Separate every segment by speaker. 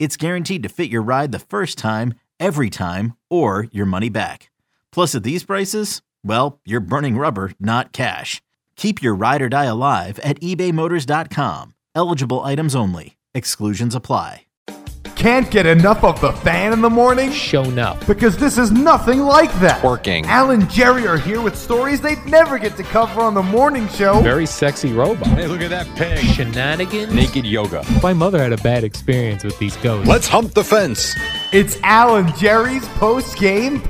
Speaker 1: it's guaranteed to fit your ride the first time, every time, or your money back. Plus, at these prices, well, you're burning rubber, not cash. Keep your ride or die alive at ebaymotors.com. Eligible items only. Exclusions apply.
Speaker 2: Can't get enough of the fan in the morning?
Speaker 3: shown up.
Speaker 2: Because this is nothing like that.
Speaker 4: Working.
Speaker 2: Al and Jerry are here with stories they'd never get to cover on the morning show.
Speaker 3: Very sexy robot.
Speaker 4: Hey, look at that pig.
Speaker 3: Shenanigans.
Speaker 4: Naked yoga.
Speaker 3: My mother had a bad experience with these ghosts.
Speaker 4: Let's hump the fence.
Speaker 2: It's Al and Jerry's post game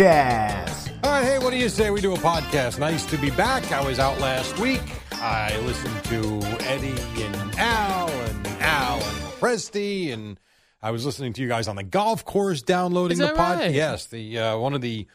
Speaker 2: podcast.
Speaker 4: All right, hey, what do you say we do a podcast? Nice to be back. I was out last week. I listened to Eddie and Al and Al and Presti, and I was listening to you guys on the golf course downloading
Speaker 3: Is
Speaker 4: the
Speaker 3: that
Speaker 4: pod.
Speaker 3: right?
Speaker 4: Yes, the uh, one of the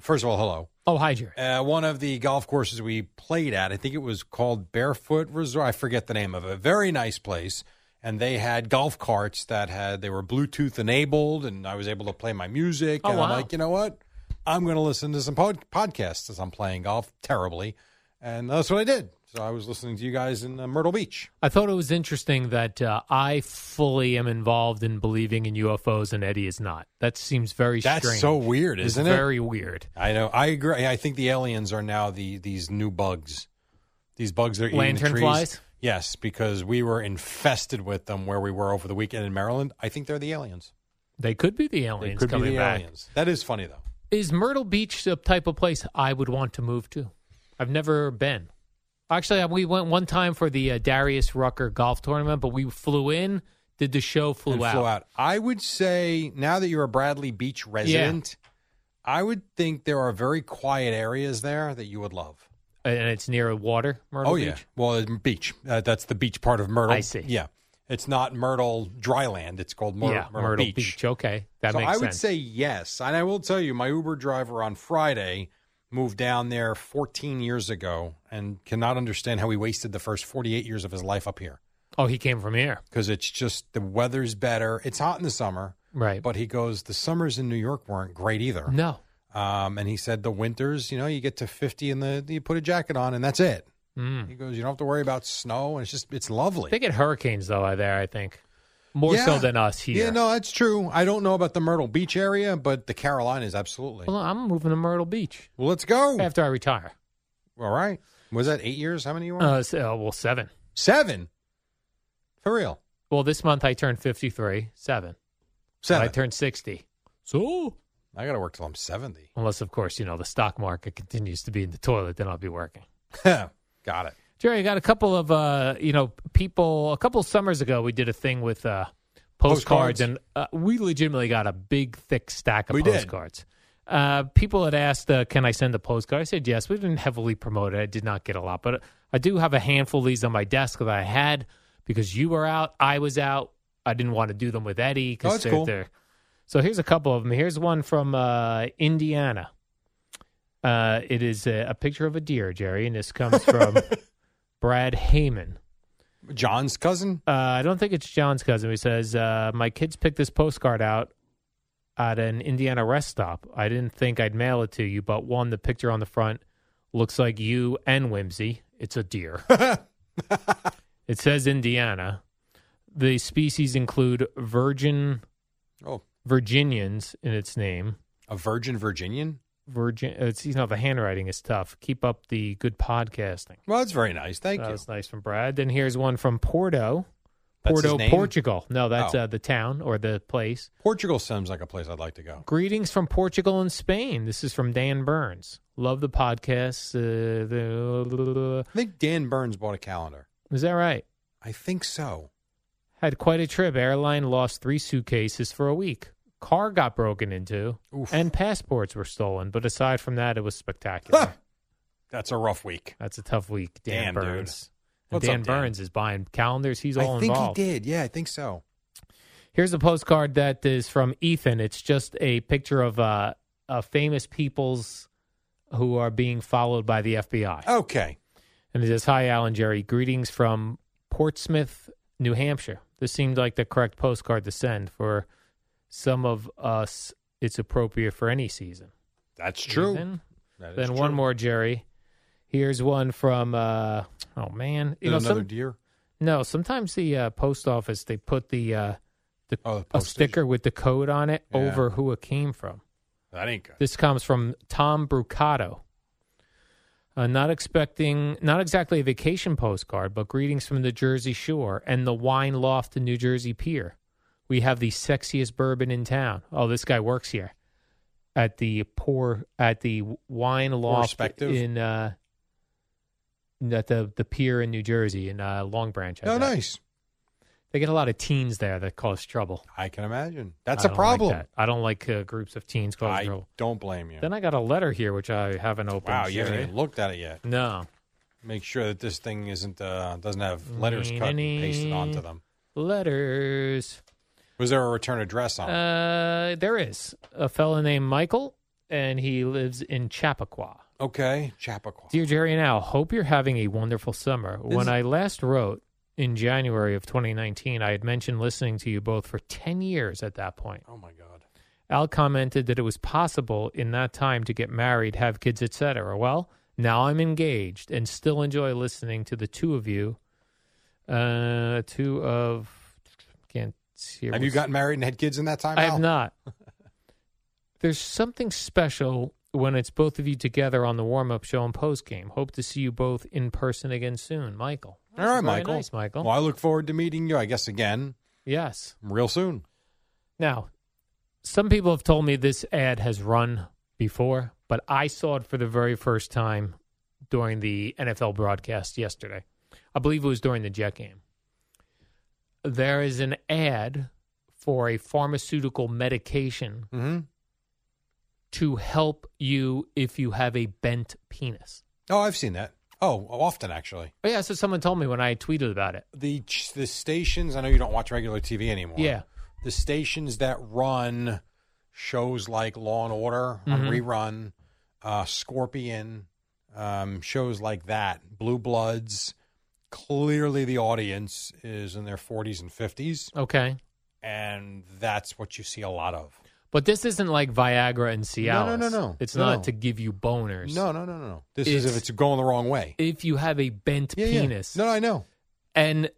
Speaker 4: first of all, hello.
Speaker 3: Oh, hi, Jerry.
Speaker 4: Uh, one of the golf courses we played at, I think it was called Barefoot Resort. I forget the name of it. Very nice place. And they had golf carts that had, they were Bluetooth enabled, and I was able to play my music.
Speaker 3: Oh,
Speaker 4: and I'm
Speaker 3: wow.
Speaker 4: like, you know what? I'm going to listen to some pod- podcasts as I'm playing golf terribly. And that's what I did. So I was listening to you guys in uh, Myrtle Beach.
Speaker 3: I thought it was interesting that uh, I fully am involved in believing in UFOs and Eddie is not. That seems very
Speaker 4: That's
Speaker 3: strange.
Speaker 4: so weird,
Speaker 3: It's
Speaker 4: isn't it?
Speaker 3: Very weird.
Speaker 4: I know. I agree. I think the aliens are now the these new bugs. These bugs that are eating the
Speaker 3: Lantern
Speaker 4: trees.
Speaker 3: flies?
Speaker 4: Yes, because we were infested with them where we were over the weekend in Maryland. I think they're the aliens.
Speaker 3: They could be the
Speaker 4: They
Speaker 3: aliens
Speaker 4: could be
Speaker 3: coming
Speaker 4: the
Speaker 3: back.
Speaker 4: aliens. That is funny though.
Speaker 3: Is Myrtle Beach the type of place I would want to move to? I've never been. Actually, we went one time for the uh, Darius Rucker golf tournament, but we flew in, did the show, flew,
Speaker 4: And
Speaker 3: out.
Speaker 4: flew out. I would say now that you're a Bradley Beach resident, I would think there are very quiet areas there that you would love.
Speaker 3: And it's near a water, Myrtle
Speaker 4: oh
Speaker 3: Beach.
Speaker 4: yeah, well it's beach. Uh, that's the beach part of Myrtle.
Speaker 3: I see.
Speaker 4: Yeah, it's not Myrtle dryland. It's called Myr-
Speaker 3: yeah, Myrtle, Beach. Okay, that
Speaker 4: so
Speaker 3: makes
Speaker 4: I would
Speaker 3: sense.
Speaker 4: say yes, and I will tell you, my Uber driver on Friday moved down there 14 years ago, and cannot understand how he wasted the first 48 years of his life up here
Speaker 3: oh, he came from here,
Speaker 4: because it's just the weather's better. It's hot in the summer,
Speaker 3: right?
Speaker 4: but he goes the summers in New York weren't great either.
Speaker 3: no,
Speaker 4: Um, and he said the winters, you know, you get to 50 and the you put a jacket on and that's it.
Speaker 3: mm.
Speaker 4: He goes, you don't have to worry about snow, and it's just it's lovely.
Speaker 3: they get hurricanes though out there. I think more so
Speaker 4: Yeah.
Speaker 3: than us here.
Speaker 4: Yeah, no, that's true. I don't know about the Myrtle Beach area, but the Carolinas absolutely.
Speaker 3: Well, I'm moving to Myrtle Beach
Speaker 4: Well, let's go.
Speaker 3: after I retire.
Speaker 4: All right. Was that eight years? How many you were?
Speaker 3: Uh, so, well, seven.
Speaker 4: Seven. For real.
Speaker 3: Well, this month I turned 53. Seven.
Speaker 4: Seven.
Speaker 3: I turned 60. So,
Speaker 4: I got to work till I'm 70.
Speaker 3: unless of course you know the stock market continues to be in the toilet, then I'll be working.
Speaker 4: got it.
Speaker 3: Jerry, I got a couple of uh, you know people. A couple of summers ago, we did a thing with uh, postcards,
Speaker 4: Postcards.
Speaker 3: and uh, we legitimately got a big, thick stack of
Speaker 4: We did.
Speaker 3: postcards. Uh, people had asked, uh, "Can I send a postcard?" I said, "Yes." We didn't heavily promote it. I did not get a lot, but I do have a handful of these on my desk that I had because you were out, I was out. I didn't want to do them with Eddie
Speaker 4: Oh,
Speaker 3: because
Speaker 4: it's
Speaker 3: they're
Speaker 4: cool.
Speaker 3: there. So here's a couple of them. Here's one from uh, Indiana. Uh, it is a, a picture of a deer, Jerry, and this comes from Brad Heyman.
Speaker 4: John's cousin?
Speaker 3: Uh, I don't think it's John's cousin. He says, uh, My kids picked this postcard out at an Indiana rest stop. I didn't think I'd mail it to you, but one, the picture on the front looks like you and Whimsy. It's a deer. it says Indiana. The species include virgin
Speaker 4: Oh,
Speaker 3: Virginians in its name.
Speaker 4: a virgin Virginian?
Speaker 3: Virgin, uh, it's you know the handwriting is tough. Keep up the good podcasting.
Speaker 4: Well, that's very nice. Thank
Speaker 3: that
Speaker 4: you.
Speaker 3: was nice from Brad. Then here's one from Porto.
Speaker 4: That's his
Speaker 3: Porto,
Speaker 4: name?
Speaker 3: Portugal. No, that's
Speaker 4: Oh.
Speaker 3: uh, the town or the place.
Speaker 4: Portugal sounds like a place I'd like to go.
Speaker 3: Greetings from Portugal and Spain. This is from Dan Burns. Love the podcast. Uh, the,
Speaker 4: I think Dan Burns bought a calendar.
Speaker 3: is that right?
Speaker 4: I think so.
Speaker 3: Had quite a trip. Airline lost three suitcases for a week. Car got broken into,
Speaker 4: Oof.
Speaker 3: and passports were stolen. But aside from that, it was spectacular.
Speaker 4: That's a rough week.
Speaker 3: That's a tough week, Dan
Speaker 4: Damn, dude.
Speaker 3: Burns. And
Speaker 4: What's up,
Speaker 3: Dan
Speaker 4: Dan?
Speaker 3: Burns is buying calendars. He's all
Speaker 4: I think
Speaker 3: involved.
Speaker 4: he did. Yeah, I think so.
Speaker 3: Here's a postcard that is from Ethan. It's just a picture of uh, uh, famous people's who are being followed by the FBI.
Speaker 4: Okay.
Speaker 3: And it says, Hi, Alan Jerry. Greetings from Portsmouth, New Hampshire. This seemed like the correct postcard to send for some of us. It's appropriate for any season.
Speaker 4: That's true.
Speaker 3: Ethan?
Speaker 4: That is
Speaker 3: Then one
Speaker 4: true.
Speaker 3: more, Jerry. Here's one from, uh, oh man. You know,
Speaker 4: There's another
Speaker 3: some-
Speaker 4: deer.
Speaker 3: no, sometimes the uh, post office, they put the, uh, the
Speaker 4: Oh, the
Speaker 3: a
Speaker 4: postage.
Speaker 3: sticker with the code on it
Speaker 4: Yeah.
Speaker 3: over who it came from.
Speaker 4: That ain't good.
Speaker 3: This comes from Tom Brucato. Uh, not expecting, not exactly a vacation postcard, but greetings from the Jersey Shore and the Wine Loft in New Jersey Pier. We have the sexiest bourbon in town. Oh, this guy works here at the poor at the Wine Loft
Speaker 4: Perspective?
Speaker 3: in uh, at the the pier in New Jersey in uh, Long Branch. I
Speaker 4: Oh,
Speaker 3: bet.
Speaker 4: nice.
Speaker 3: They get a lot of teens there that cause trouble.
Speaker 4: I can imagine. That's
Speaker 3: I
Speaker 4: a
Speaker 3: don't like
Speaker 4: problem.
Speaker 3: that. I don't like uh, groups of teens causing
Speaker 4: I
Speaker 3: trouble.
Speaker 4: don't blame you.
Speaker 3: Then I got a letter here, which I haven't opened.
Speaker 4: wow, you haven't
Speaker 3: Jerry.
Speaker 4: even looked at it yet.
Speaker 3: No.
Speaker 4: Make sure that this thing isn't uh, doesn't have
Speaker 3: Mm-hmm.
Speaker 4: letters cut and pasted onto them.
Speaker 3: Letters.
Speaker 4: Was there a return address on it?
Speaker 3: Uh, there is a fellow named Michael, and he lives in Chappaqua.
Speaker 4: Okay, Chappaqua.
Speaker 3: Dear Jerry and Al, hope you're having a wonderful summer.
Speaker 4: This-
Speaker 3: When I last wrote in January of 2019, I had mentioned listening to you both for 10 years at that point.
Speaker 4: oh my God.
Speaker 3: Al commented that it was possible in that time to get married, have kids, etc. Well, now I'm engaged and still enjoy listening to the two of you. Uh, two of can't see.
Speaker 4: Have you gotten married and had kids in that time?
Speaker 3: I
Speaker 4: Al?
Speaker 3: have not. There's something special when it's both of you together on the warm-up show and post game. Hope to see you both in person again soon, Michael.
Speaker 4: All right,
Speaker 3: Very
Speaker 4: Michael.
Speaker 3: Nice, Michael.
Speaker 4: Well, I look forward to meeting you. I guess again
Speaker 3: Yes.
Speaker 4: real soon.
Speaker 3: Now, some people have told me this ad has run before, but I saw it for the very first time during the NFL broadcast yesterday. I believe it was during the Jet game. There is an ad for a pharmaceutical medication
Speaker 4: Mm-hmm.
Speaker 3: to help you if you have a bent penis.
Speaker 4: Oh, I've seen that. Oh, often actually.
Speaker 3: Oh, yeah, so someone told me when I tweeted about it.
Speaker 4: The ch- the stations. I know you don't watch regular TV anymore.
Speaker 3: Yeah.
Speaker 4: The stations that run shows like Law and Order on
Speaker 3: Mm-hmm.
Speaker 4: rerun, uh, Scorpion, um, shows like that, Blue Bloods. Clearly, the audience is in their 40s and 50s,
Speaker 3: Okay.
Speaker 4: and that's what you see a lot of.
Speaker 3: But this isn't like Viagra and Cialis.
Speaker 4: no, no, no.
Speaker 3: It's
Speaker 4: No,
Speaker 3: not
Speaker 4: no.
Speaker 3: to give you boners.
Speaker 4: No, no, no, no, no. This is if
Speaker 3: It's-
Speaker 4: it's going the wrong way.
Speaker 3: If you have a bent
Speaker 4: Yeah, yeah.
Speaker 3: penis.
Speaker 4: No, no, I know.
Speaker 3: and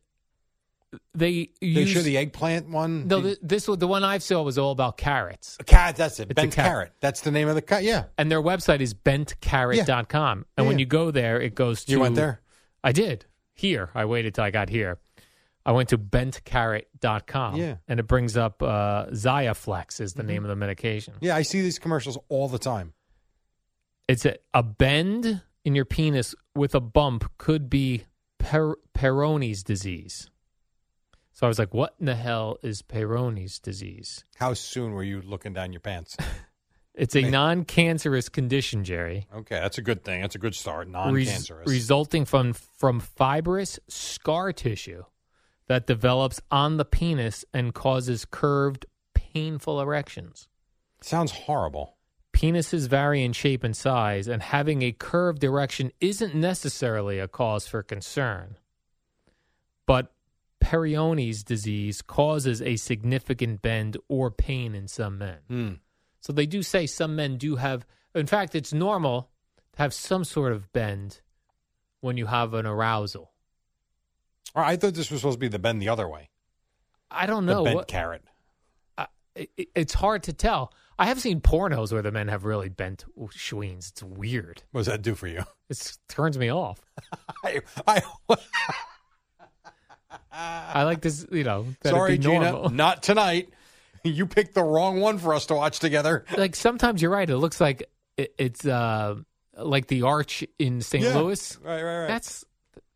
Speaker 3: they
Speaker 4: They
Speaker 3: use
Speaker 4: show the eggplant one.
Speaker 3: no
Speaker 4: The-
Speaker 3: th- this was the one I saw was all about carrots
Speaker 4: A cat. That's it.
Speaker 3: It's
Speaker 4: Bent
Speaker 3: a cat.
Speaker 4: carrot. That's the name of the cat. Yeah,
Speaker 3: and their website is bentcarrot.com and
Speaker 4: Yeah,
Speaker 3: when
Speaker 4: yeah.
Speaker 3: you go there it goes to
Speaker 4: you went there.
Speaker 3: I did here I waited till I got here I went to bentcarrot.com
Speaker 4: Yeah. Mm-hmm.
Speaker 3: and it brings up uh Xiaflex is the name of the medication
Speaker 4: Yeah, I see these commercials all the time.
Speaker 3: it's a, a bend in your penis with a bump could be per- Peyronie's disease so I was like what in the hell is Peyronie's disease
Speaker 4: How soon were you looking down your pants?
Speaker 3: It's a
Speaker 4: Man.
Speaker 3: non-cancerous condition, Jerry.
Speaker 4: Okay, that's a good thing. That's a good start.
Speaker 3: res-
Speaker 4: Non-cancerous.
Speaker 3: resulting from from fibrous scar tissue that develops on the penis and causes curved, painful erections.
Speaker 4: Sounds horrible.
Speaker 3: Penises vary in shape and size, and having a curved erection isn't necessarily a cause for concern. But Perione's disease causes a significant bend or pain in some men.
Speaker 4: Hmm.
Speaker 3: So they do say some men do have. In fact, it's normal to have some sort of bend when you have an arousal.
Speaker 4: All right, I thought this was supposed to be the bend the other way.
Speaker 3: I don't
Speaker 4: The
Speaker 3: know.
Speaker 4: bent
Speaker 3: what-
Speaker 4: carrot.
Speaker 3: I- it- it's hard to tell. I have seen pornos where the men have really bent schweens. It's weird.
Speaker 4: What does that do for you?
Speaker 3: It turns me off.
Speaker 4: I, I,
Speaker 3: I like this, you know. that it'd
Speaker 4: Sorry,
Speaker 3: be
Speaker 4: Gina,
Speaker 3: normal.
Speaker 4: not tonight. You picked the wrong one for us to watch together.
Speaker 3: Like sometimes you're right. It looks like it, it's uh like the arch in St.
Speaker 4: Yeah.
Speaker 3: Louis.
Speaker 4: Right, right, right.
Speaker 3: That's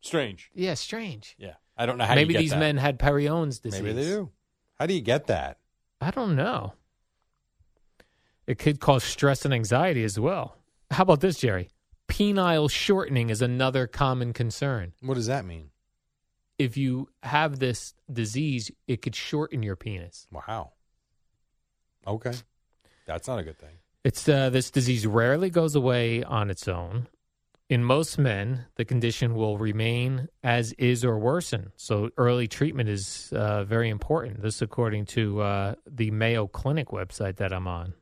Speaker 4: strange.
Speaker 3: yeah, strange.
Speaker 4: Yeah, I don't know how.
Speaker 3: Maybe
Speaker 4: you get
Speaker 3: these
Speaker 4: that.
Speaker 3: men had Perion's disease.
Speaker 4: Maybe they do. How do you get that?
Speaker 3: I don't know. It could cause stress and anxiety as well. How about this, Jerry? Penile shortening is another common concern.
Speaker 4: What does that mean?
Speaker 3: If you have this disease, it could shorten your penis.
Speaker 4: Wow. Okay, that's not a good thing.
Speaker 3: It's uh, this disease rarely goes away on its own. In most men, the condition will remain as is or worsen. So early treatment is uh, very important. This, according to uh, the Mayo Clinic website that I'm on.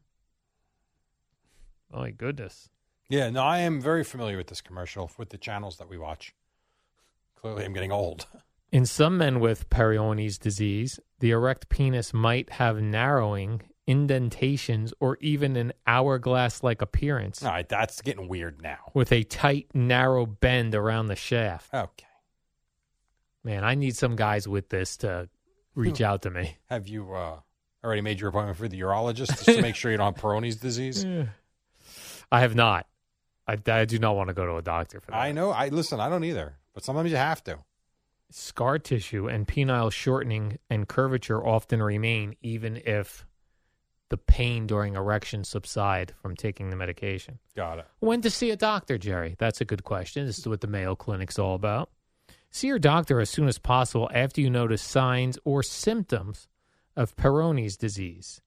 Speaker 3: My goodness.
Speaker 4: Yeah, no, I am very familiar with this commercial with the channels that we watch. Clearly, I'm getting old.
Speaker 3: In some men with Perione's disease, the erect penis might have narrowing, indentations, or even an hourglass like appearance
Speaker 4: All right, that's getting weird now.
Speaker 3: with a tight, narrow bend around the shaft.
Speaker 4: Okay.
Speaker 3: Man, I need some guys with this to reach out to me.
Speaker 4: Have you uh, already made your appointment for the urologist just to make sure you don't have Peyronie's disease?
Speaker 3: I have not. I, I do not want to go to a doctor for that.
Speaker 4: I know. I listen. I don't either, but sometimes you have to.
Speaker 3: Scar tissue and penile shortening and curvature often remain even if the pain during erection subside from taking the medication.
Speaker 4: Got it.
Speaker 3: When to see a doctor, Jerry? That's a good question. This is what the Mayo Clinic's all about. See your doctor as soon as possible after you notice signs or symptoms of Peyronie's disease.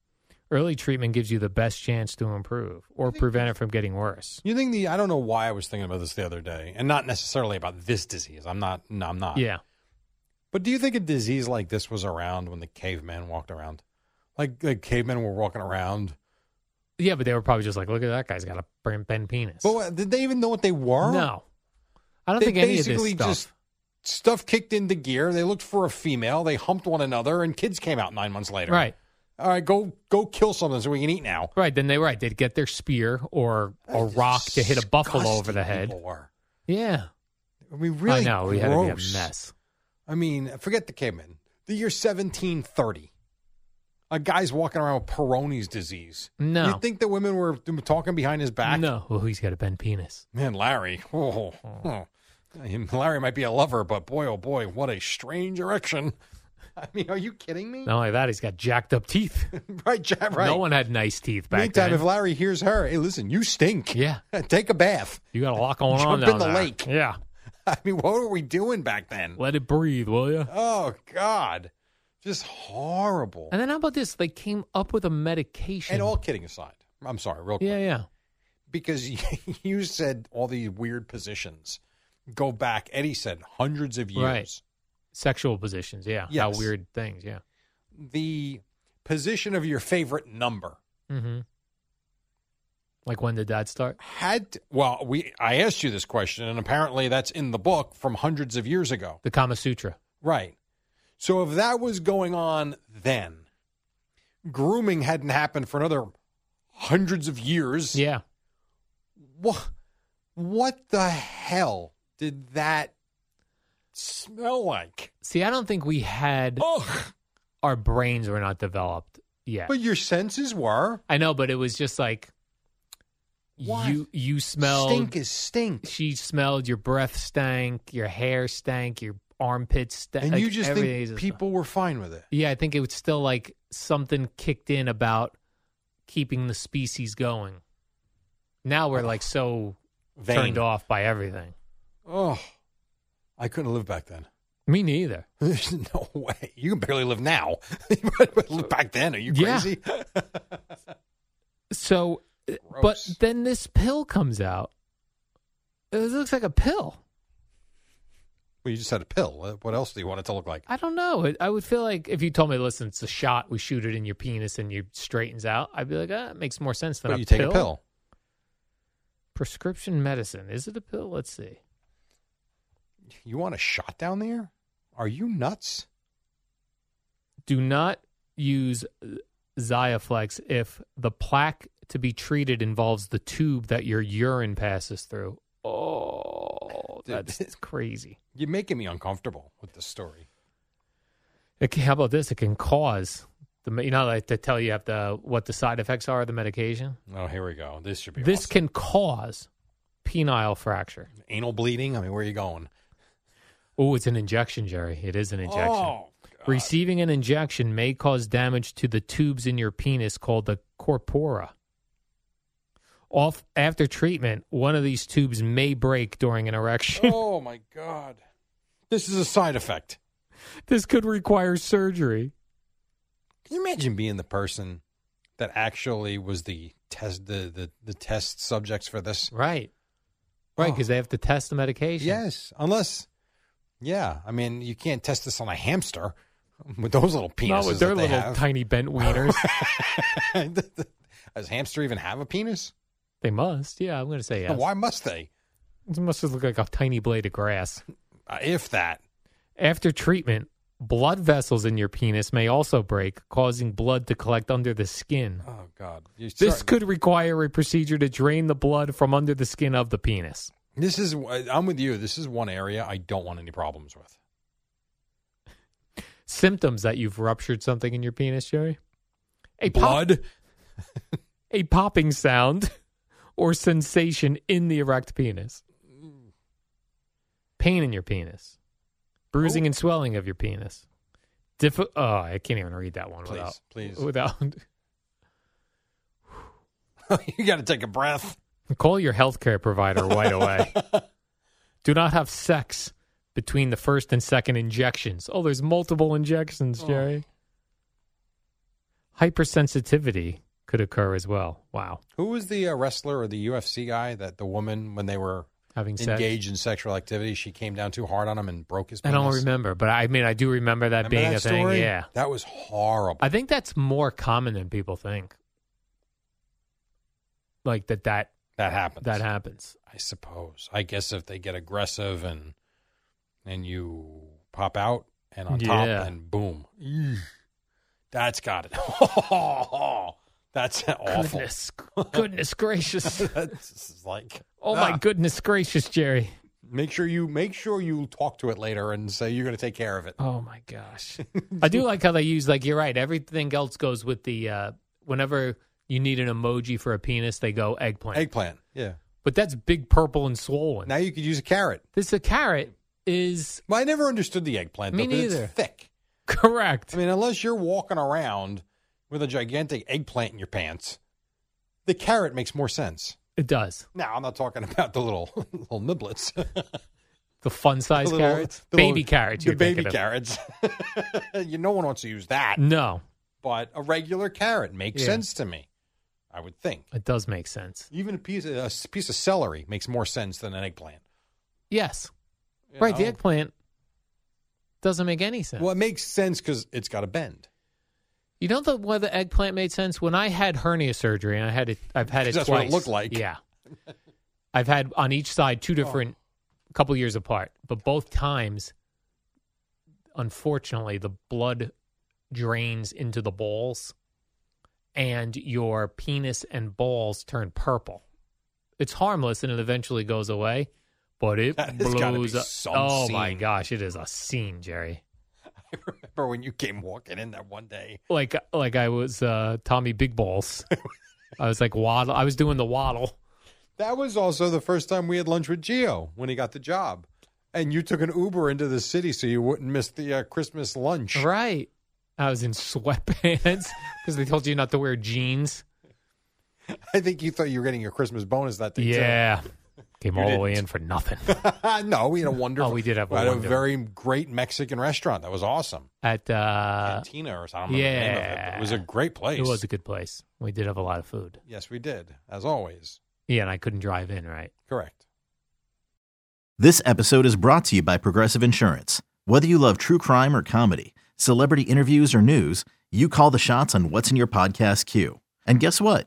Speaker 3: Early treatment gives you the best chance to improve or prevent it from getting worse.
Speaker 4: You think the? I don't know why I was thinking about this the other day, and not necessarily about this disease. I'm not. No, I'm not.
Speaker 3: Yeah.
Speaker 4: But do you think a disease like this was around when the cavemen walked around? Like, like cavemen were walking around.
Speaker 3: Yeah, but they were probably just like, look at that guy's got a bent bent penis.
Speaker 4: But what, did they even know what they were?
Speaker 3: no. I don't
Speaker 4: they
Speaker 3: think any of this
Speaker 4: basically
Speaker 3: stuff.
Speaker 4: just stuff kicked into gear. They looked for a female. They humped one another, and kids came out nine months later.
Speaker 3: right.
Speaker 4: All right, go go kill something so we can eat now.
Speaker 3: Right. Then they right. They'd get their spear or a rock to hit a buffalo over the
Speaker 4: Disgusting
Speaker 3: head.
Speaker 4: people were.
Speaker 3: Yeah.
Speaker 4: I mean, really.
Speaker 3: I know. We had to be a
Speaker 4: gross.
Speaker 3: mess.
Speaker 4: I mean, forget the cavemen. The year 1730. A guy's walking around with Peyronie's disease.
Speaker 3: No.
Speaker 4: You think that women were talking behind his back?
Speaker 3: No. Oh, he's got a bent penis.
Speaker 4: Man, Larry. Oh, oh. Larry might be a lover, but boy, oh boy, what a strange erection. I mean, are you kidding me?
Speaker 3: Not only that, he's got jacked up teeth.
Speaker 4: right, Jack, right.
Speaker 3: No one had nice teeth back
Speaker 4: Meantime,
Speaker 3: then.
Speaker 4: if Larry hears her, hey, listen, you stink.
Speaker 3: yeah,
Speaker 4: Take a bath.
Speaker 3: you got a lot going on
Speaker 4: Jump in
Speaker 3: down
Speaker 4: the
Speaker 3: there.
Speaker 4: lake.
Speaker 3: Yeah,
Speaker 4: I mean, what were we doing back then?
Speaker 3: let it breathe, will you?
Speaker 4: Oh, God. Just horrible.
Speaker 3: And then how about this? They came up with a medication.
Speaker 4: And all kidding aside, I'm sorry, real quick.
Speaker 3: yeah, yeah.
Speaker 4: because you said all these weird positions. Go back, Eddie said hundreds of years.
Speaker 3: Right. Sexual positions. Yeah. Yeah.
Speaker 4: Yes.
Speaker 3: weird things. Yeah.
Speaker 4: The position of your favorite number
Speaker 3: Mm-hmm. Like when did that start?
Speaker 4: had well, we I asked you this question, and apparently that's in the book from hundreds of years ago.
Speaker 3: The Kama Sutra.
Speaker 4: Right. So if that was going on then, grooming hadn't happened for another hundreds of years.
Speaker 3: Yeah.
Speaker 4: What? What the hell did that smell like?
Speaker 3: See, I don't think we had
Speaker 4: Ugh.
Speaker 3: our brains were not developed yet.
Speaker 4: But your senses were.
Speaker 3: I know, but it was just like
Speaker 4: What?
Speaker 3: you you smelled
Speaker 4: Stink is stink.
Speaker 3: she smelled your breath stank, your hair stank, your armpits stank.
Speaker 4: And
Speaker 3: like,
Speaker 4: you just
Speaker 3: everything is
Speaker 4: think
Speaker 3: just-
Speaker 4: people were fine with it.
Speaker 3: Yeah, I think it was still like something kicked in about keeping the species going. Now we're like so turned off by everything.
Speaker 4: Oh, I couldn't live back then.
Speaker 3: Me neither.
Speaker 4: There's no way. You can barely live now. But- but live back then? Are you
Speaker 3: Yeah.
Speaker 4: crazy?
Speaker 3: So, uh,
Speaker 4: Gross.
Speaker 3: but then this pill comes out. It looks like a pill.
Speaker 4: well, you just had a pill. Uh, What else do you want it to look like?
Speaker 3: I don't know. It, I would feel like if you told me, listen, it's a shot, we shoot it in your penis and you straightens out. I'd be like, ah, it makes more sense than
Speaker 4: But
Speaker 3: a
Speaker 4: you take a pill.
Speaker 3: prescription medicine. Is it a pill? Let's see.
Speaker 4: You want a shot down there? Are you nuts?
Speaker 3: Do not use Xiaflex if the plaque to be treated involves the tube that your urine passes through. Oh,
Speaker 4: Dude,
Speaker 3: that's crazy.
Speaker 4: You're making me uncomfortable with this story.
Speaker 3: It can, how about this? It can cause the me- you know like they tell you have the what the side effects are of the medication.
Speaker 4: Oh, here we go. This should be
Speaker 3: This
Speaker 4: awesome.
Speaker 3: can cause penile fracture.
Speaker 4: anal bleeding. I mean, where are you going?
Speaker 3: Oh, it's an injection, Jerry. It is an injection.
Speaker 4: Oh,
Speaker 3: Receiving an injection may cause damage to the tubes in your penis called the corpora. Off after treatment, one of these tubes may break during an erection.
Speaker 4: oh my god. This is a side effect.
Speaker 3: this could require surgery.
Speaker 4: Can you imagine being the person that actually was the test the the, the test subjects for this?
Speaker 3: Right. Right, because they have to test the medication.
Speaker 4: Yes, unless yeah, I mean, you can't test this on a hamster with those little penises.
Speaker 3: Not with their
Speaker 4: that they
Speaker 3: little
Speaker 4: have.
Speaker 3: tiny bent wieners.
Speaker 4: Does hamster even have a penis?
Speaker 3: they must. Yeah, I'm going to say yes.
Speaker 4: Why must they?
Speaker 3: It must just look like a tiny blade of grass.
Speaker 4: Uh, if that.
Speaker 3: After treatment, blood vessels in your penis may also break, causing blood to collect under the skin.
Speaker 4: Oh God! You
Speaker 3: This
Speaker 4: start-
Speaker 3: could require a procedure to drain the blood from under the skin of the penis.
Speaker 4: This is. uh, I'm with you. This is one area I don't want any problems with.
Speaker 3: Symptoms that you've ruptured something in your penis, Jerry? A pop-
Speaker 4: Blood.
Speaker 3: a popping sound or sensation in the erect penis. Pain in your penis.
Speaker 4: Oh.
Speaker 3: Bruising and swelling of your penis. Diffi- oh, I can't even read that one
Speaker 4: Please,
Speaker 3: without
Speaker 4: please.
Speaker 3: without
Speaker 4: you got to take a breath.
Speaker 3: Call your healthcare provider right away. Do not have sex between the first and second injections. Oh, there's multiple
Speaker 4: Oh.
Speaker 3: injections, Jerry. Hypersensitivity could occur as well. Wow.
Speaker 4: Who was the uh, wrestler or the UFC guy that the woman, when they were
Speaker 3: Having sex.
Speaker 4: engaged in sexual activity, she came down too hard on him and broke his
Speaker 3: I
Speaker 4: penis?
Speaker 3: don't remember, but I mean, I do remember that
Speaker 4: Remember
Speaker 3: being
Speaker 4: that
Speaker 3: a
Speaker 4: story?
Speaker 3: thing. Yeah.
Speaker 4: That was horrible.
Speaker 3: I think that's more common than people think. Like that, that,
Speaker 4: that happens.
Speaker 3: that happens.
Speaker 4: I suppose. I guess if they get aggressive and and you pop out and on top
Speaker 3: Yeah.
Speaker 4: and boom. That's got it. That's awful.
Speaker 3: Goodness, goodness gracious.
Speaker 4: That's is like
Speaker 3: Oh
Speaker 4: ah.
Speaker 3: my goodness gracious, Jerry.
Speaker 4: Make sure you make sure you talk to it later and say you're going to take care of it.
Speaker 3: Oh my gosh. I do like how they use like you're right, everything else goes with the uh whenever you need an emoji for a penis, they go eggplant.
Speaker 4: Eggplant. Yeah.
Speaker 3: But that's big purple and swollen.
Speaker 4: Now you could use a carrot.
Speaker 3: this a carrot is
Speaker 4: Well, I never understood the eggplant.
Speaker 3: Me
Speaker 4: though, 'cause
Speaker 3: neither.
Speaker 4: It's thick.
Speaker 3: correct.
Speaker 4: I mean, unless you're walking around with a gigantic eggplant in your pants, the carrot makes more sense.
Speaker 3: It does.
Speaker 4: Now I'm not talking about the little little niblets, the
Speaker 3: The fun size
Speaker 4: little-
Speaker 3: carrots.
Speaker 4: the
Speaker 3: baby
Speaker 4: little-
Speaker 3: carrots.
Speaker 4: the
Speaker 3: you're
Speaker 4: baby
Speaker 3: thinking of.
Speaker 4: carrots. you no one wants to use that,
Speaker 3: No,
Speaker 4: but a regular carrot makes
Speaker 3: Yeah.
Speaker 4: sense to me. I would think
Speaker 3: it does make sense.
Speaker 4: even a piece of, a piece of celery makes more sense than an eggplant.
Speaker 3: Yes.
Speaker 4: you
Speaker 3: right. The
Speaker 4: know?
Speaker 3: eggplant doesn't make any sense.
Speaker 4: Well, it makes sense because it's got a bend.
Speaker 3: You don't know why the eggplant made sense when I had hernia surgery, and I had it. I've had it.
Speaker 4: 'Cause that's what
Speaker 3: twice.
Speaker 4: it looked like.
Speaker 3: Yeah, I've had on each side two different,
Speaker 4: Oh.
Speaker 3: couple years apart, but both times, unfortunately, the blood drains into the balls, and your penis and balls turn purple. It's harmless, and it eventually goes away, but it
Speaker 4: That has gotta be
Speaker 3: blows. up.
Speaker 4: some
Speaker 3: oh my
Speaker 4: scene.
Speaker 3: gosh, it is a scene, Jerry.
Speaker 4: I remember when you came walking in that one day.
Speaker 3: like like I was uh, Tommy Big Balls. I was like waddle. I was doing the waddle.
Speaker 4: That was also the first time we had lunch with Gio when he got the job. And you took an Uber into the city so you wouldn't miss the uh, Christmas lunch.
Speaker 3: Right. I was in sweatpants because they told you not to wear jeans.
Speaker 4: I think you thought you were getting your Christmas bonus that day.
Speaker 3: Yeah. Came all the way
Speaker 4: didn't.
Speaker 3: in for nothing
Speaker 4: too. no, we had a wonderful.
Speaker 3: Oh, we did have a
Speaker 4: at
Speaker 3: wonderful-
Speaker 4: very great Mexican restaurant. That was awesome.
Speaker 3: at uh,
Speaker 4: Cantina or something. I don't remember the name of it, but it was a
Speaker 3: yeah.
Speaker 4: great place.
Speaker 3: it was a good place. We did have a lot of food.
Speaker 4: yes, we did, as always.
Speaker 3: Yeah, and I couldn't drive in. Right.
Speaker 4: Correct.
Speaker 1: This episode is brought to you by Progressive Insurance. Whether you love true crime or comedy, celebrity interviews or news, you call the shots on what's in your podcast queue. And guess what?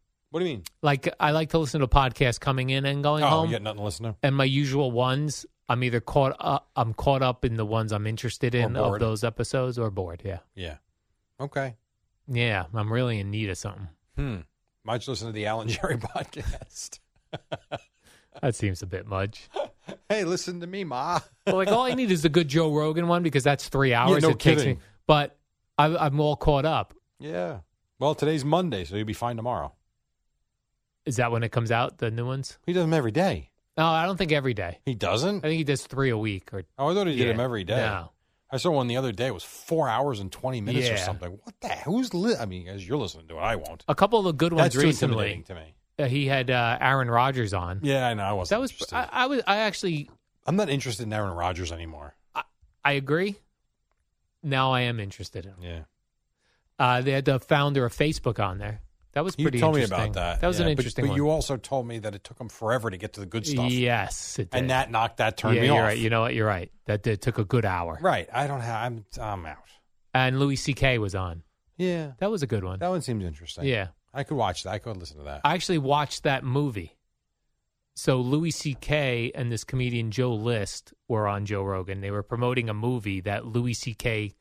Speaker 4: What do you mean?
Speaker 3: Like, I like to listen to podcasts coming in and going
Speaker 4: oh,
Speaker 3: home.
Speaker 4: you got nothing to listen to?
Speaker 3: and my usual ones i'm either caught up i'm caught up in the ones i'm interested in of
Speaker 4: bored.
Speaker 3: those episodes or bored yeah
Speaker 4: Yeah. Okay.
Speaker 3: yeah i'm really in need of something
Speaker 4: Hmm. Might just listen to the Alan Jerry podcast.
Speaker 3: that seems a bit much
Speaker 4: hey, listen to me, Ma.
Speaker 3: well, like all i need is a good joe rogan one because that's three hours
Speaker 4: no
Speaker 3: it takes me
Speaker 4: kidding.
Speaker 3: but I, i'm all caught up
Speaker 4: Yeah. Well, today's Monday, so you'll be fine tomorrow.
Speaker 3: is that when it comes out the new ones
Speaker 4: He does them every day.
Speaker 3: no i don't think every day
Speaker 4: He doesn't?
Speaker 3: i think he does three a week or
Speaker 4: Oh, I thought he did
Speaker 3: Yeah.
Speaker 4: them every day.
Speaker 3: No.
Speaker 4: I saw one the other day. It was four hours and 20 minutes or
Speaker 3: Yeah.
Speaker 4: something. What the? Who's li- I mean, as you're listening to it, I won't.
Speaker 3: a couple of the good ones
Speaker 4: That's too intimidating
Speaker 3: recently
Speaker 4: to
Speaker 3: uh,
Speaker 4: me.
Speaker 3: he had uh, aaron Rodgers on
Speaker 4: Yeah, I know. I wasn't
Speaker 3: that was
Speaker 4: interested.
Speaker 3: I, I was i actually
Speaker 4: I'm not interested in Aaron Rodgers anymore.
Speaker 3: i agree now i am interested in him
Speaker 4: Yeah.
Speaker 3: Uh, they had the founder of Facebook on there. That was
Speaker 4: You
Speaker 3: pretty
Speaker 4: told me
Speaker 3: interesting.
Speaker 4: about that.
Speaker 3: That was
Speaker 4: Yeah,
Speaker 3: an
Speaker 4: but-
Speaker 3: interesting
Speaker 4: But,
Speaker 3: one.
Speaker 4: you also told me that it took him forever to get to the good stuff.
Speaker 3: Yes, it did.
Speaker 4: And that knocked that turned
Speaker 3: yeah,
Speaker 4: me
Speaker 3: you're
Speaker 4: off.
Speaker 3: right. You know what? You're right. That did, took a good hour.
Speaker 4: Right. I don't have. I'm. I'm out.
Speaker 3: And Louis C.K. was on.
Speaker 4: Yeah.
Speaker 3: That was a good one.
Speaker 4: That one seems interesting.
Speaker 3: yeah.
Speaker 4: I could watch that. I could listen to that.
Speaker 3: I actually watched that movie. So Louis C.K. and this comedian Joe List were on Joe Rogan. They were promoting a movie that Louis C.K.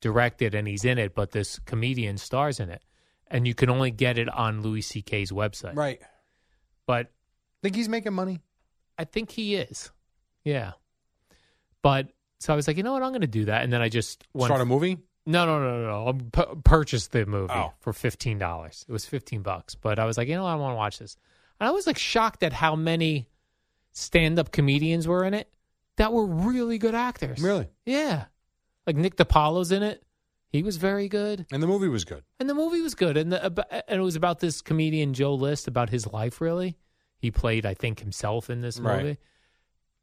Speaker 3: directed and he's in it, but this comedian stars in it. And you can only get it on Louis C.K.'s website.
Speaker 4: right.
Speaker 3: But
Speaker 4: Think he's making money?
Speaker 3: I think he is. Yeah. But so I was like, you know what? I'm going to do that. And then I just went.
Speaker 4: Start a movie?
Speaker 3: No, no, no, no, no. I pu- purchased the movie
Speaker 4: Oh.
Speaker 3: for $15. It was 15 bucks. But I was like, you know, what? I want to watch this. And I was like shocked at how many stand up comedians were in it that were really good actors.
Speaker 4: Really?
Speaker 3: Yeah. Like Nick DiPaolo's in it. He was very good.
Speaker 4: And the movie was good.
Speaker 3: And the movie was good. And, the, ab- and it was about this comedian, Joe List, about his life, really. He played, I think, himself in this
Speaker 4: Right.
Speaker 3: movie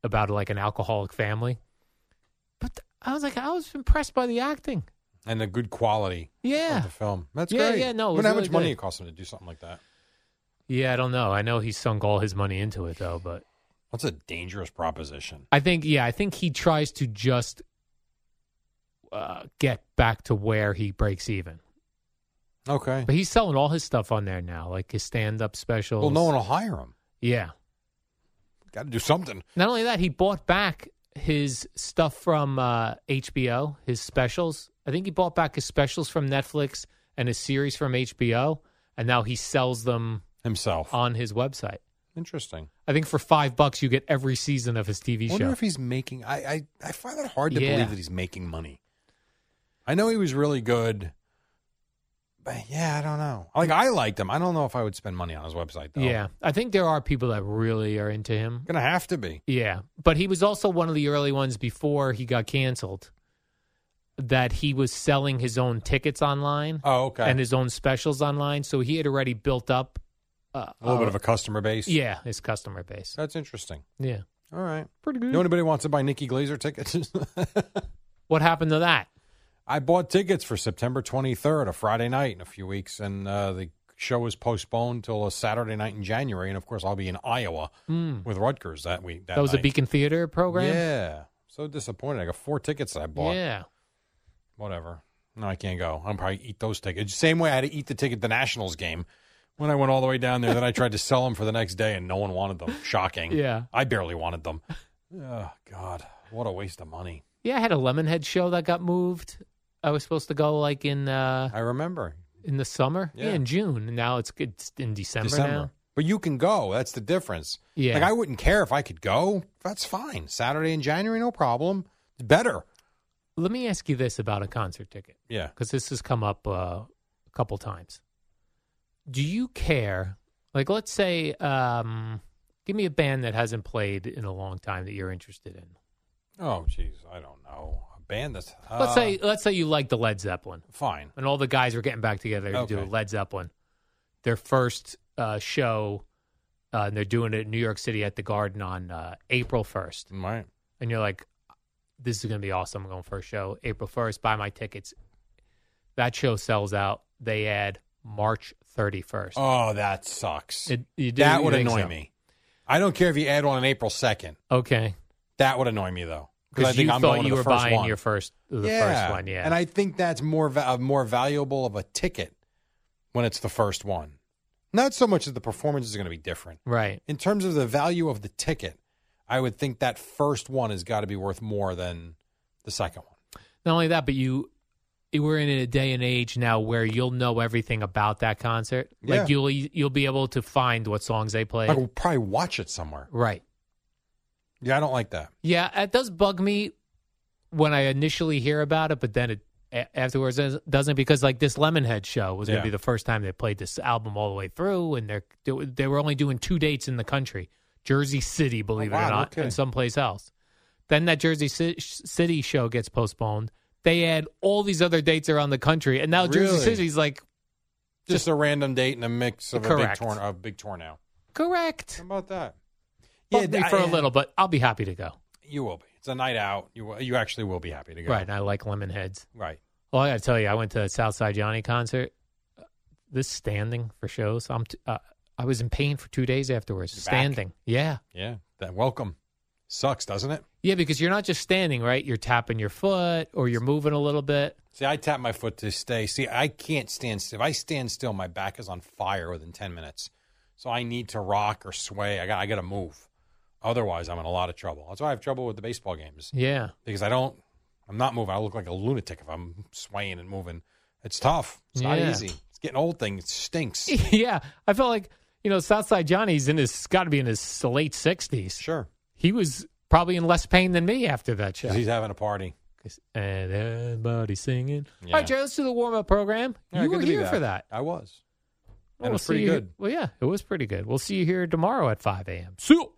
Speaker 3: about like an alcoholic family. But th- I was like, I was impressed by the acting.
Speaker 4: And the good quality of
Speaker 3: Yeah.
Speaker 4: the film. That's
Speaker 3: Yeah,
Speaker 4: great.
Speaker 3: yeah, no, it
Speaker 4: I
Speaker 3: was
Speaker 4: wonder how
Speaker 3: really
Speaker 4: much money
Speaker 3: good.
Speaker 4: it cost him to do something like that.
Speaker 3: Yeah, I don't know. I know he sunk all his money into it, though. But
Speaker 4: That's a dangerous proposition.
Speaker 3: I think, yeah, I think he tries to just uh, get back to where he breaks even.
Speaker 4: Okay.
Speaker 3: But he's selling all his stuff on there now, like his stand up specials.
Speaker 4: Well, no one will hire him.
Speaker 3: Yeah.
Speaker 4: Got to do something.
Speaker 3: Not only that, he bought back his stuff from uh, HBO, his specials. I think he bought back his specials from Netflix and his series from HBO, and now he sells them
Speaker 4: Himself.
Speaker 3: on his website.
Speaker 4: Interesting.
Speaker 3: I think for five bucks, you get every season of his TV
Speaker 4: wonder
Speaker 3: show.
Speaker 4: if he's making. I, I I find it hard to
Speaker 3: Yeah.
Speaker 4: believe that he's making money. I know he was really good, but yeah, I don't know. Like I liked him. I don't know if I would spend money on his website. though.
Speaker 3: yeah, I think there are people that really are into him.
Speaker 4: gonna have to be.
Speaker 3: Yeah, but he was also one of the early ones before he got canceled. That he was selling his own tickets online
Speaker 4: Oh, okay.
Speaker 3: and his own specials online, so he had already built up uh,
Speaker 4: a little bit of a customer base.
Speaker 3: Yeah, his customer base.
Speaker 4: that's interesting.
Speaker 3: Yeah.
Speaker 4: All right.
Speaker 3: Pretty
Speaker 4: You
Speaker 3: good.
Speaker 4: know anybody who wants to buy Nikki Glazer tickets?
Speaker 3: What happened to that?
Speaker 4: I bought tickets for September 23rd, a Friday night in a few weeks, and uh, the show was postponed till a Saturday night in January. And of course, I'll be in Iowa with Rutgers that week. That,
Speaker 3: Hmm. That was a
Speaker 4: night.
Speaker 3: Beacon Theater program?
Speaker 4: Yeah. So disappointed. I got four tickets that I bought.
Speaker 3: Yeah.
Speaker 4: Whatever. No, I can't go. I'm probably eat those tickets. Same way I had to eat the ticket the Nationals game when I went all the way down there. then I tried to sell them for the next day, and no one wanted them. Shocking.
Speaker 3: Yeah.
Speaker 4: I barely wanted them. Oh God, what a waste of money.
Speaker 3: Yeah, I had a Lemonhead show that got moved. I was supposed to go like in uh
Speaker 4: I remember
Speaker 3: in the summer. Yeah,
Speaker 4: Yeah.
Speaker 3: in June. And now it's it's in December, now.
Speaker 4: But you can go. That's the difference.
Speaker 3: Yeah.
Speaker 4: Like I wouldn't care if I could go. That's fine. Saturday in January, no problem. It's better.
Speaker 3: Let me ask you this about a concert ticket
Speaker 4: Yeah.
Speaker 3: because this has come up uh, a couple times. Do you care? Like, let's say, um, give me a band that hasn't played in a long time that you're interested in.
Speaker 4: Oh, jeez, I don't know. A band that's uh,
Speaker 3: Let's say, let's say you like the Led Zeppelin.
Speaker 4: fine.
Speaker 3: and all the guys were getting back together to do
Speaker 4: Okay.
Speaker 3: Led Zeppelin, their first uh, show, uh, and they're doing it in New York City at the Garden on uh, April first.
Speaker 4: Right.
Speaker 3: And you're like, "This is gonna be awesome! I'm going for a show April first. Buy my tickets." That show sells out. They add March thirty first.
Speaker 4: Oh, that sucks.
Speaker 3: It- you do-
Speaker 4: that
Speaker 3: you
Speaker 4: would
Speaker 3: think
Speaker 4: annoy
Speaker 3: so?
Speaker 4: me. I don't care if you add one on April second.
Speaker 3: Okay,
Speaker 4: That would annoy me though, I
Speaker 3: because
Speaker 4: think
Speaker 3: you
Speaker 4: I'm going
Speaker 3: thought
Speaker 4: to
Speaker 3: you
Speaker 4: the
Speaker 3: were
Speaker 4: first
Speaker 3: buying
Speaker 4: one.
Speaker 3: your first the
Speaker 4: yeah.
Speaker 3: first one, yeah.
Speaker 4: uh, And I think that's more va- more valuable of a ticket when it's the first one. Not so much that the performance is going to be different.
Speaker 3: Right.
Speaker 4: In terms of the value of the ticket, I would think that first one has got to be worth more than the second one.
Speaker 3: Not only that, but you we're in a day and age now where you'll know everything about that concert.
Speaker 4: Yeah.
Speaker 3: Like you'll e, you'll be able to find what songs they played.
Speaker 4: I will probably watch it somewhere.
Speaker 3: Right.
Speaker 4: Yeah, I don't like that.
Speaker 3: Yeah, uh, it does bug me when I initially hear about it, but then it a- afterwards does- doesn't because like this Lemonhead show was going to
Speaker 4: Yeah.
Speaker 3: be the first time they played this album all the way through, and they're they- they were only doing two dates in the country, Jersey City, believe it
Speaker 4: wow,
Speaker 3: or not,
Speaker 4: okay.
Speaker 3: and someplace else. Then that Jersey Ci- City show gets postponed. They add all these other dates around the country, and now
Speaker 4: Really?
Speaker 3: Jersey City's like
Speaker 4: Just, a random date and a mix of
Speaker 3: Correct.
Speaker 4: a big torn a big tornado. How
Speaker 3: correct.
Speaker 4: about that?
Speaker 3: Bug me
Speaker 4: I-
Speaker 3: for a little, but I'll be happy to go.
Speaker 4: You will be. It's a night out. You will, you actually will be happy to go.
Speaker 3: Right, and I like Lemonheads.
Speaker 4: Right.
Speaker 3: Well, I got to tell you, I went to a Southside Johnny concert. uh, This standing for shows, I'm t- uh, I was in pain for two days afterwards.
Speaker 4: Your back.
Speaker 3: standing, yeah,
Speaker 4: Yeah. That welcome sucks, doesn't it?
Speaker 3: yeah, because you're not just standing, right? You're tapping your foot or you're moving a little bit.
Speaker 4: See, I tap my foot to stay. See, I can't stand still. If I stand still, my back is on fire within 10 minutes. So I need to rock or sway. I got I got to move. Otherwise, I'm in a lot of trouble. That's why I have trouble with the baseball games
Speaker 3: Yeah,
Speaker 4: because I don't I'm not moving. I look like a lunatic if I'm swaying and moving. It's tough. It's not
Speaker 3: Yeah.
Speaker 4: easy. It's getting old thing. It stinks.
Speaker 3: yeah. I felt like you know Southside Johnny's in his got to be in his late sixties.
Speaker 4: sure.
Speaker 3: He was probably in less pain than me after that show.
Speaker 4: 'Cause He's having a party.
Speaker 3: And everybody singing.
Speaker 4: Yeah.
Speaker 3: All right, Jared, let's do the warm up program.
Speaker 4: Yeah,
Speaker 3: you
Speaker 4: good
Speaker 3: were
Speaker 4: to be
Speaker 3: here
Speaker 4: back.
Speaker 3: for that.
Speaker 4: I was. And
Speaker 3: Well,
Speaker 4: it was
Speaker 3: we'll
Speaker 4: pretty
Speaker 3: see you-
Speaker 4: good.
Speaker 3: Well, yeah, it was pretty good. We'll see you here tomorrow at 5 a.m. See you.